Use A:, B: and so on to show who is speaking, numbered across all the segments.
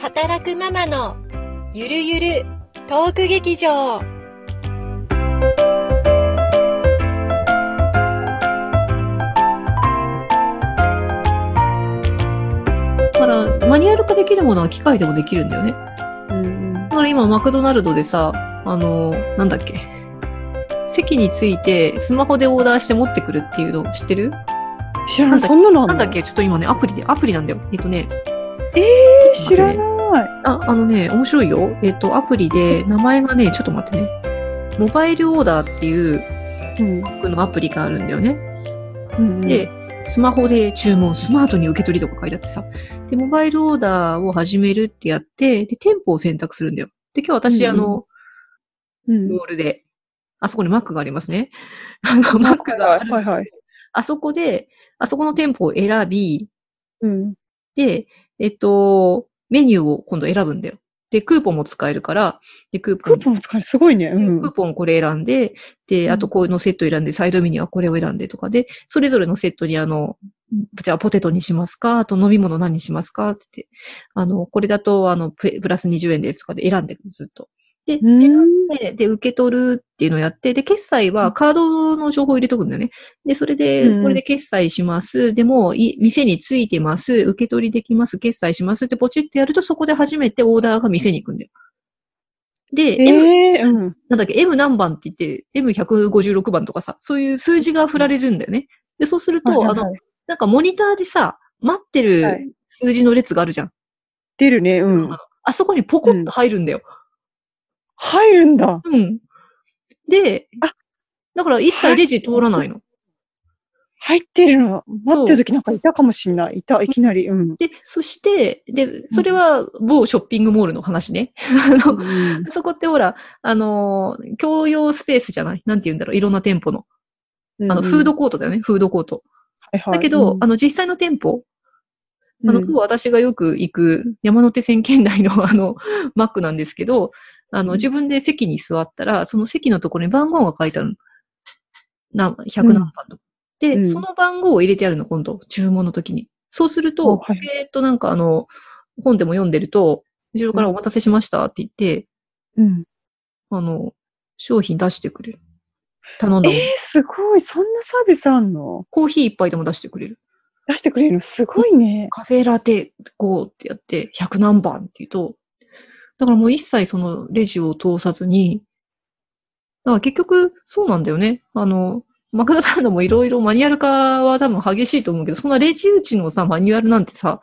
A: 働くママのゆるゆるトーク劇場
B: だから、マニュアル化できるものは機械でもできるんだよね。
C: うん
B: だから今、マクドナルドでさ、あの、なんだっけ。席についてスマホでオーダーして持ってくるっていうの知ってる
C: 知らない。そんなのあ
B: なん
C: の
B: だっけちょっと今ね、アプリで、アプリなんだよ。えっとね、
C: え知らない。
B: あ、あのね、面白いよ。えっと、アプリで、名前がね、ちょっと待ってね。モバイルオーダーっていう
C: うん。
B: 僕のアプリがあるんだよね。
C: うん
B: で、スマホで注文、スマートに受け取りとか書いてあってさ。で、モバイルオーダーを始めるってやって、で、店舗を選択するんだよ。で、今日私、
C: うん
B: あ
C: うん
B: の、
C: うん。
B: モールで、あそこにマックがありますね。 あの、マックがあ
C: は
B: る
C: いはいはい。
B: あそこで、あそこの店舗を選び、
C: うん。
B: で、えっと、メニューを今度選ぶんだよ。で、クーポンも使えるから、で、クーポ
C: ク
B: ン
C: ーポン使いすごいね。うん。
B: クーポンこれ選んで、で、あとこういうのセット選んで、サイドメニューはこれを選んでとかで、それぞれのセットにあの、じゃあポテトにしますかあと飲み物何にしますかって言って、あの、これだとあの、ププラス20円ですとかで選んでるずっと。で、
C: うん
B: 選んで、で、受け取るっていうのをやって、で、決済はカードの情報を入れとくんだよね。で、それ
C: う
B: で、
C: ん
B: これで決済します。でも、い店についてます。受け取りできます。決済しますってポチってやると、そこで初めてオーダーが店に行くんだよ。で、M
C: ええうん。
B: なんだっけ、M 何番って言って、M156 番とかさ、そういう数字が振られるんだよね。で、そうすると、
C: はい
B: あ
C: はい
B: の
C: はい、
B: なんかモニターでさ、待って
C: はい
B: る数字の列があるじゃん。
C: 出るね。うん。
B: あそこにポコッと入るんだよ。
C: 入るんだ。
B: うん。で
C: あ、
B: だから一切レジ通らないの。
C: 入ってるの。待ってる時なんかいたかもしんない。いた、いきなり。うん。
B: で、そして、で、それは某ショッピングモールの話ね。あの、
C: う ん
B: あそこってほら、あのー、共用スペースじゃないなんて言うんだろういろんな店舗の。あの、フードコートだよね、フードコート。だけど、あの、実際の店舗、あの、今日私がよく行く山手線圏内の あの、マックなんですけど、あの、
C: うん
B: 自分で席に座ったら、その席のところに番号が書いてあるの。な、100何番とか。で、
C: うん
B: その番号を入れてあるの、今度、注文の時に。そうする
C: お
B: と、
C: はい
B: えーっと、なんかあの、本でも読んでると、後ろから
C: う
B: お待たせしましたって言って、
C: うん。
B: あの、商品出してくれる。頼んだ
C: え
B: もの
C: えすごい。そんなサービスあんの
B: コーヒー一杯でも出してくれる。
C: 出してくれるのすごいね。
B: カフェラテ5ってやって、100何番って言うと、だからもう一切そのレジを通さずに、だから結局そうなんだよね。あの、マクドナルドもいろいろマニュアル化は多分激しいと思うけど、そんなレジ打ちのさ、マニュアルなんてさ、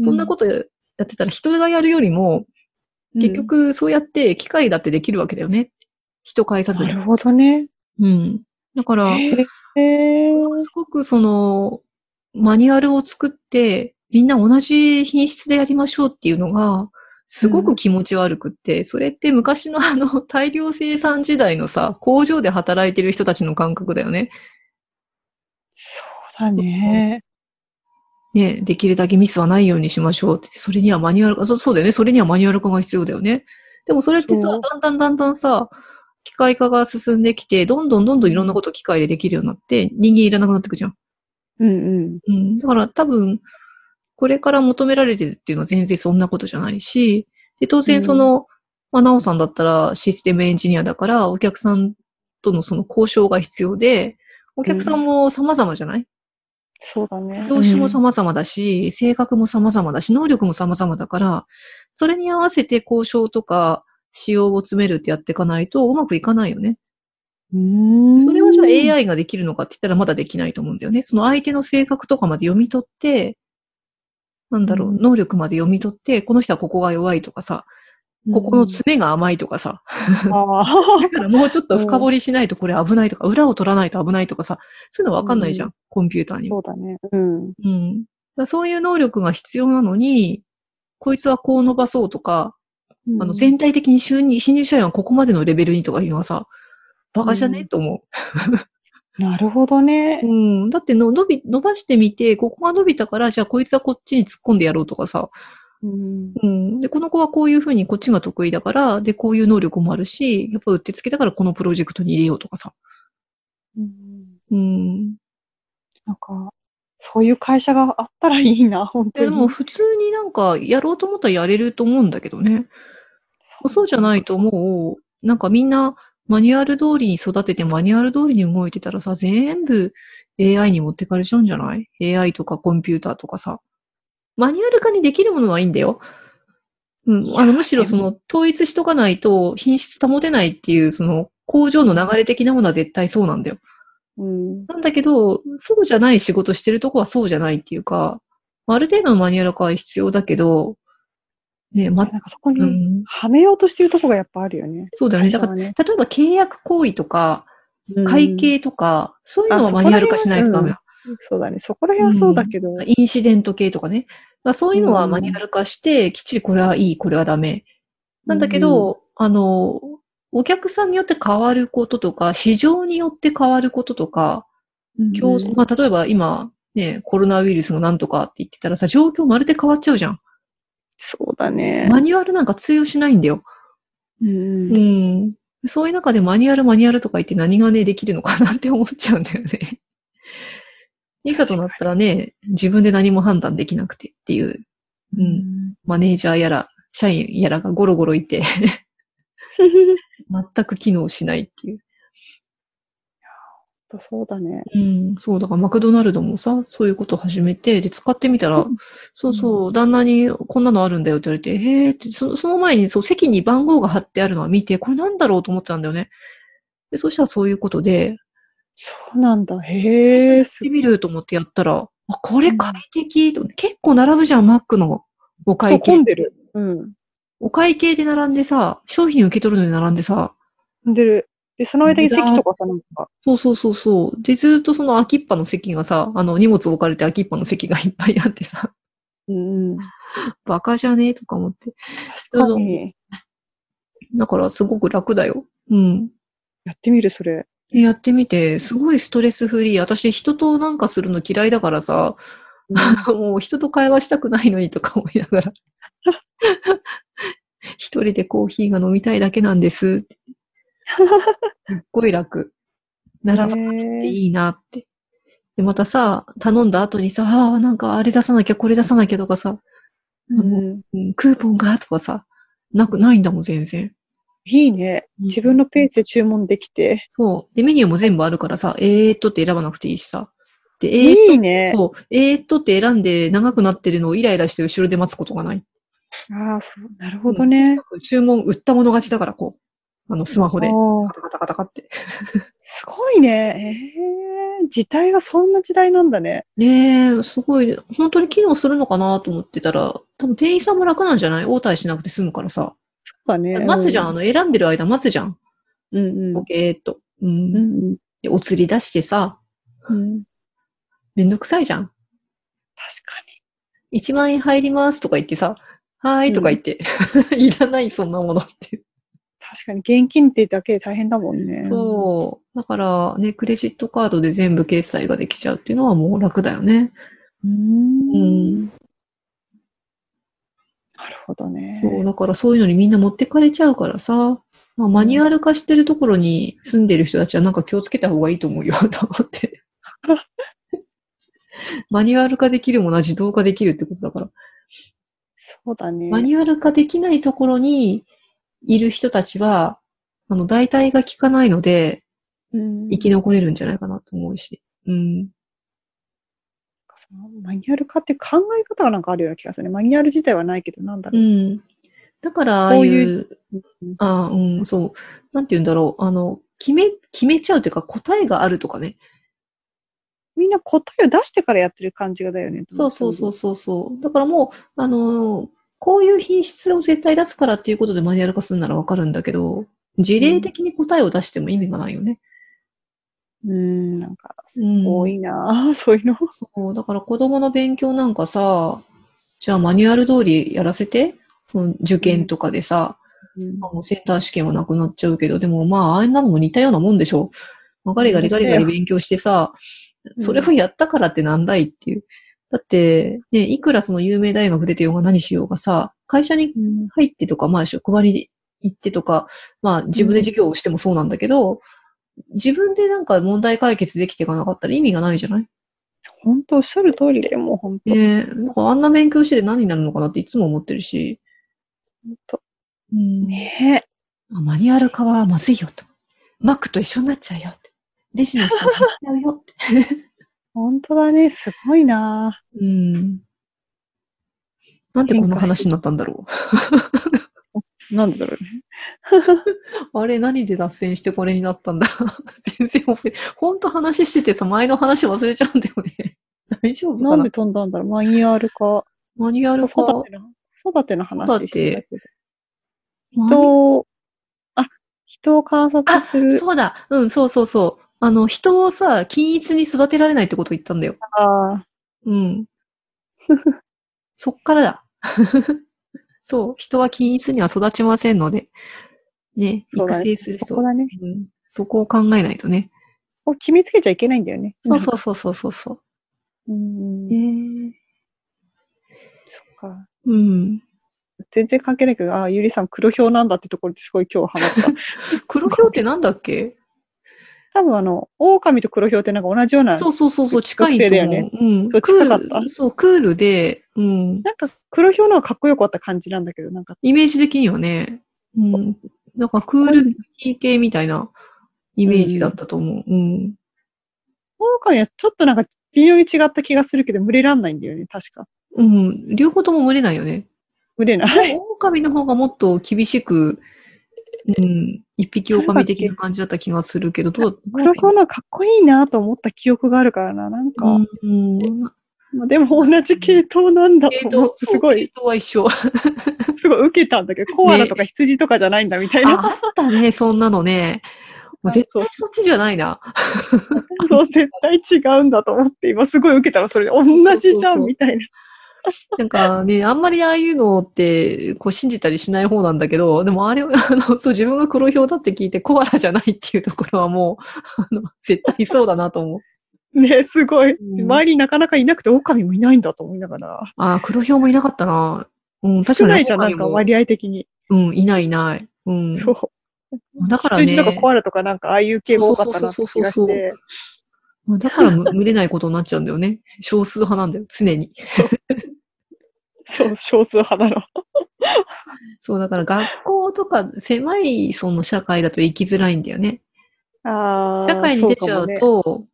B: そんなことやってたら人がやるよりも、
C: うん
B: 結、局そうやって機械だってできるわけだよね。人介さず
C: な
B: に。
C: るほどね。
B: うん。だから、
C: ええ
B: すごくその、マニュアルを作って、みんな同じ品質でやりましょうっていうのが、すごく気持ち悪くって、それって昔のあの、大量生産時代のさ、工場で働いてる人たちの感覚だよね。
C: そうだね。
B: ね、できるだけミスはないようにしましょうって、それにはマニュアル化、そそうだよね、それにはマニュアル化が必要だよね。でもそれってさ、
C: そう
B: だんだんだんだんさ、機械化が進んできて、どんどんどんどんいろんなこと機械でできるようになって、人間いらなくなってくじゃん。
C: うんうん。
B: うん、だから多分、これから求められてるっていうのは全然そんなことじゃないし、で当
C: う
B: 然
C: ん
B: その、まあ、なおさんだったらシステムエンジニアだから、お客さんとのその交渉が必要で、お客さんも様々じゃない、
C: そうだね。
B: 業種も様々だし、性格も様々だし、能力も様々だから、それに合わせて交渉とか、仕様を詰めるってやっていかないとうまくいかないよね。
C: うん。
B: それをじゃあ
C: あ
B: AI ができるのかって言ったらまだできないと思うんだよね。その相手の性格とかまで読み取って、なんだろう、
C: うん
B: 能力まで読み取って、この人はここが弱いとかさ、ここの爪が甘いとかさ、
C: ああ。
B: だからもうちょっと深掘りしないとこれ危ないとか、裏を取らないと危ないとかさ、そういうのわかんないじゃん、
C: う
B: コンピューターに
C: そ
B: は。
C: うだね。うん。
B: うん。だからそういう能力が必要なのに、こいつはこう伸ばそうとか、あの全体的に就任新入社員はここまでのレベルにとかいうのはさ、バカじゃね、
C: うん
B: と思う。
C: なるほどね。
B: うん。だっての、伸び、伸ばしてみて、ここが伸びたから、じゃあこいつはこっちに突っ込んでやろうとかさ。
C: うん。
B: うん。で、この子はこういうふうにこっちが得意だから、で、こういう能力もあるし、やっぱうってつけだからこのプロジェクトに入れようとかさ。
C: うん
B: うん。
C: なんか、そういう会社があったらいいな、 本当
B: で
C: に。
B: も普通になんかやろうと思ったらやれると思うんだけどね。そうじゃないともう、なんかみんなマニュアル通りに育ててマニュアル通りに動いてたらさ、全部 AI に持ってかれちゃうんじゃない ?AI とかコンピューターとかさ。マニュアル化にできるものはいいんだよ。うん
C: い、や
B: あのむしろ
C: で
B: そ
C: も
B: の統一しとかないと品質保てないっていうその工場の流れ的なものは絶対そうなんだよ。
C: うん。
B: なんだけど、そうじゃない仕事してるとこはそうじゃないっていうか、まあある程度のマニュアル化は必要だけど、ね、
C: な
B: ま、
C: んかそこ
B: う
C: に、
B: ん、
C: はめようとしてるとこがやっぱあるよね。
B: そうだよね。だ
C: 会社
B: か
C: は
B: ら、
C: ね。
B: 例えば契約行為とか、
C: うん
B: 会。計とか、そういうのは
C: あ
B: マニュアル化しないとダメだ。
C: そうだね。そこら辺はそうだけど。
B: インシデント系とかね。だからそういうのは
C: うん
B: マニュアル化して、きっちりこれはいい、これはダメ。なんだけど、あの、お客さんによって変わることとか、市場によって変わることとか、
C: うん、うん
B: 競争、まあ、例えば今、ね、コロナウイルスのなんとかって言ってたらさ、状況まるで変わっちゃうじゃん。
C: そうだね。
B: マニュアルなんか通用しないんだよ。
C: うん
B: う。ん。そういう中でマニュアルマニュアルとか言って何がね、できるのかなって思っちゃうんだよ ね。いざとなったらね、自分で何も判断できなくてっていう、う、
C: うんん。
B: マネージャーやら、社員やらがゴロゴロいて、全く機能しないっていう。
C: そうだね。
B: うん、そう、だからマクドナルドもさ、そういうことを始めて、で、使ってみたら、そうそう、旦那にこんなのあるんだよって言われて、へーって、そのその前にそう席に番号が貼ってあるのは見て、これなんだろうと思ってたんだよね。で、そしたらそういうことで、
C: そうなんだ。へえ、
B: やっ
C: す
B: てみると思ってやったら、あ、これ快適、と結構並ぶじゃん、マックのお
C: ごい
B: 会
C: 混
B: 計
C: ん。でる。うん。
B: お会計で並んでさ、商品受け取るのに並んでさ、
C: 混んでる。で、その間に席とかさ、なんか。
B: そうそうそうそう。で、ずっとその空きっぱの席がさ、あの、荷物置かれて空きっぱの席がいっぱいあってさ、
C: うんうん。
B: バカじゃねえとか思って。
C: 確かに。
B: だからすごく楽だよ。うん。
C: やってみる、それ。
B: でやってみて、すごいストレスフリー。私、人となんかするの嫌いだからさ、 もう人と会話したくないのにとか思いながら。 一人でコーヒーが飲みたいだけなんです。すっごい楽。並ばなくていいなって。で、またさ、頼んだ後にさ、ああ、なんかあれ出さなきゃ、これ出さなきゃとかさ、
C: うん。
B: うんクーポンがとかさ、なく、ないんだもん、全然。
C: いいね。自分のペースで注文できて。
B: そう。で、メニューも全部あるからさ、えーっとって選ばなくていいしさ。で、えーっと
C: いいね。
B: そう。えーっとって選んで長くなってるのをイライラして後ろで待つことがない。
C: ああ、そう。なるほどね。
B: 注文売ったもの勝ちだから、こう。あの、スマホで。
C: お
B: カ
C: ー
B: タカタカタカって。
C: すごいね。ええ、時代がそんな時代なんだね。
B: ねえ、すごい。本当に機能するのかなと思ってたら、多分店員さんも楽なんじゃない応対しなくて済むからさ。
C: そうだね。
B: 待つじゃん。あの、選んでる間待つじゃん。
C: うんう
B: ボ
C: ん。
B: ケーっと。う。
C: うんん
B: で、お釣り出してさ、
C: うん。うん
B: めんどくさいじゃん。
C: 確かに。
B: 1万円入りますとか言ってさ、はーいとか言って、 いらない、そんなものって。
C: 確かに。現金ってだけで大変だもんね。
B: そう。だからね、クレジットカードで全部決済ができちゃうっていうのはもう楽だよね。
C: う。うん。
B: ん。
C: なるほどね。
B: そう。だからそういうのにみんな持ってかれちゃうからさ、まあ、マニュアル化してるところに住んでる人たちはなんか気をつけた方がいいと思うよ、と思 って。マニュアル化できるものは自動化できるってことだから。
C: そうだね。
B: マニュアル化できないところにいる人たちは、あの、代替が効かないので、
C: うん
B: 生き残れるんじゃないかなと思うし。うん。
C: そのマニュアル化って考え方がなんかあるような気がするね。マニュアル自体はないけど、なんだ
B: う
C: ろう。
B: ん。だから、ああ
C: こう
B: い
C: いう
B: う、ああ、うん、そう。なんて言うんだろう。あの、決め、決めちゃうというか答えがあるとかね。
C: みんな答えを出してからやってる感じがだよね。。
B: そうそうそううそうそう。だからもう、あのー、こういう品質を絶対出すからっていうことでマニュアル化するならわかるんだけど、事例的に答えを出しても意味がないよね。
C: うん、なんか、
B: うん。
C: 多いな あそういうの。
B: そうだから子供の勉強なんかさ、じゃあマニュアル通りやらせて、その受験とかでさ、まあもうセンター試験はなくなっちゃうけど、でもまあ、あんなのも似たようなもんでしょう。ガリガリガリガリ勉強してさ、
C: うん
B: それをやったからってなんだいっていう。だって、ね、いくらその有名大学出てようが何しようがさ、会社に
C: うん
B: 入ってとか、まあ職場に行ってとか、まあ自分で授業をしてもそうなんだけど、自分でなんか問題解決できていかなかったら意味がないじゃない
C: 本当おっしゃる通りで、もう本当、
B: ねえ、なんかあんな勉強してて何になるのかなっていつも思ってるし、
C: 本当。
B: うん
C: ね
B: あマニュアル化はまずいよと。マックと一緒になっちゃうよって。レジの人が買っちゃうよって。
C: 本当だね。すごいな
B: うん。なんでこの話になったんだろ
C: なんでだろうね。
B: う。あれ、何で脱線してこれになったんだ 全然覚え、ほんと話しててさ、前の話忘れちゃうんだよね。 大丈夫かな
C: なんで飛んだんだろう。マニュアル化。
B: マニュアル化。
C: 育ての、育ての話してたけど。
B: マニュ
C: 人を、あ、人を観察する。
B: そうだ。うん、そうそうそう。あの、人をさ、均一に育てられないってこと言ったんだよ。
C: あ
B: うん。そっからだ。 そう、人は均一には育ちませんので、ね、
C: そうだ
B: 育成
C: ね
B: する。人
C: そこだね。
B: うん、そこを考えないとね。
C: こう決めつけちゃいけないんだよね。。
B: そうそうそうそうそうそう
C: ん
B: う。。ね
C: そっか。
B: うん。
C: 全然関係ないけど、ああ、ゆりさん黒豹なんだってところですごい今日ハマった。
B: 黒豹ってなんだっけ
C: 多分あの、狼と黒豹ってなんか同じような、
B: そうそうそうそう、近いと
C: 属性だよ
B: 思う。
C: ね
B: うん。
C: そう
B: クール
C: 近かった
B: そう、クールで、うん。
C: なんか黒豹の方がかっこよかった感じなんだけど、なんか、
B: イメージ的にはね、うん。なんかクール T 系みたいなイメージだったと思う。うん。
C: 狼はちょっとなんか微妙に違った気がするけど、群れらんないんだよね、確か。
B: うん。両方とも群れないよね。
C: 群れない。
B: 狼の方がもっと厳しく、うん、一匹狼的な感じだった気がするけど、どう
C: 黒豹の方がかっこいいなと思った記憶があるからな、なんか。
B: うん、
C: まあ、でも同じ系統なんだ
B: 系
C: と思っ
B: 統、
C: て、すご
B: そう
C: い
B: 系、統は一緒。
C: すごい受けたんだけど、コアラとか羊とかじゃないんだみたいな。
B: ああったね、そんなのね。もう絶対そっちじゃないな。
C: そう、絶対違うんだと思って、今すごい受けたらそれ同じじゃんみたいな。
B: なんかね、あんまりああいうのって、こう信じたりしない方なんだけど、でもあれ、あ の、そう、自分が黒豹だって聞いて、コアラじゃないっていうところはもう、あ の、絶対そうだなと思う。
C: ね、すごい。
B: うん
C: 周りになかなかいなくて、狼もいないんだと思いながら。
B: ああ、黒豹もいなかったな。うん、確か
C: 少
B: に。
C: ないじゃん、なんか
B: 狼も
C: 割合的に。
B: うん、いないいない。うん。
C: そう。
B: だからね。
C: 羊とかコアラとかなんか、ああいう系が多かったなって気
B: そう
C: が
B: そうそう
C: し
B: そう
C: て。
B: まあだからむ群れないことになっちゃうんだよね。少数派なんだよ、常に。
C: そう、少数派なの。
B: そう、だから学校とか狭いその社会だと生きづらいんだよね。
C: あー
B: 社会に出ちゃう、
C: そ
B: と、
C: うかもね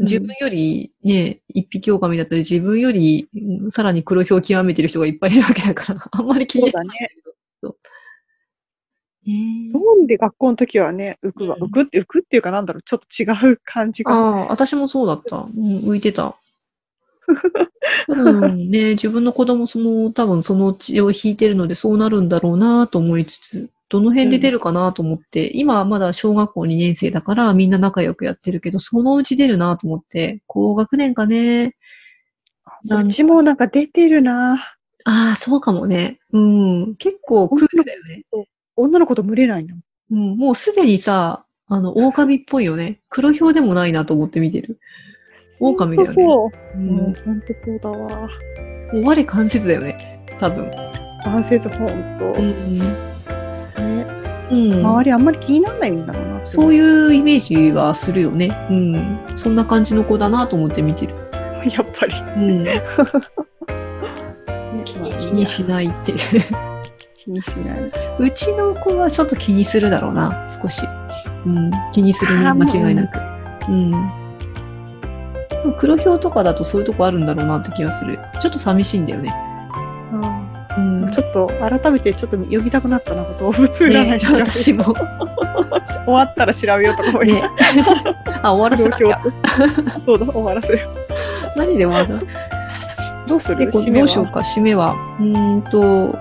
B: 自分よりね、一匹狼だったり、自分よりうんさらに黒ひを極めてる人がいっぱいいるわけだから、 あんまり気
C: そ
B: に
C: う
B: な
C: だ
B: らない
C: ね。
B: ね
C: どうりで学校の時はね、浮くわ、
B: うん
C: 浮くって、浮くっていうかなんだろう、ちょっと違う感じ
B: あ
C: が。
B: あ、私もそうだった。うん、浮いて た。多分ね、自分の子供、その、多分その血を引いてるので、そうなるんだろうなと思いつつ、どの辺で出るかなと思って、今はまだ小学校2年生だから、みんな仲良くやってるけど、そのうち出るなと思って、高学年かね。なん
C: うちもなんか出てるな
B: ああ、そうかもね。うん。結構クールだよね。
C: 女の子と群れないの。
B: うん。もうすでにさ、あの、狼っぽいよね。黒豹でもないなと思って見てる。狼だよね。
C: ほ
B: う。
C: んとそう。もうんほんとそうだわ。
B: 終われ関節だよね。多分。
C: 関節ほんと。
B: う
C: ね
B: ん。
C: 周りあんまり気にならないんだろうな。
B: そう
C: う。
B: いうイメージはするよね。うん。そんな感じの子だなと思って見てる。
C: やっぱり。
B: うん。気
C: まあ
B: にしないっていう。
C: 気にしない。
B: うちの子はちょっと気にするだろうな、少し。うん。気にするね、
C: あー
B: 間違いなく。うん。でも黒豹とかだとそういうとこあるんだろうなって気がする。ちょっと寂しいんだよね。
C: あ
B: う
C: ー
B: ん。
C: ちょっと改めてちょっと呼びたくなったな動物占
B: ね
C: い調べよう
B: 私も。
C: 終わったら調べようとか思い
B: ね。あ、終わらせなきゃ。
C: そうだ終わらせ る
B: 何で終わる
C: どうする
B: 結構
C: 締
B: ど
C: めは
B: うしようか、締めは。うーんと、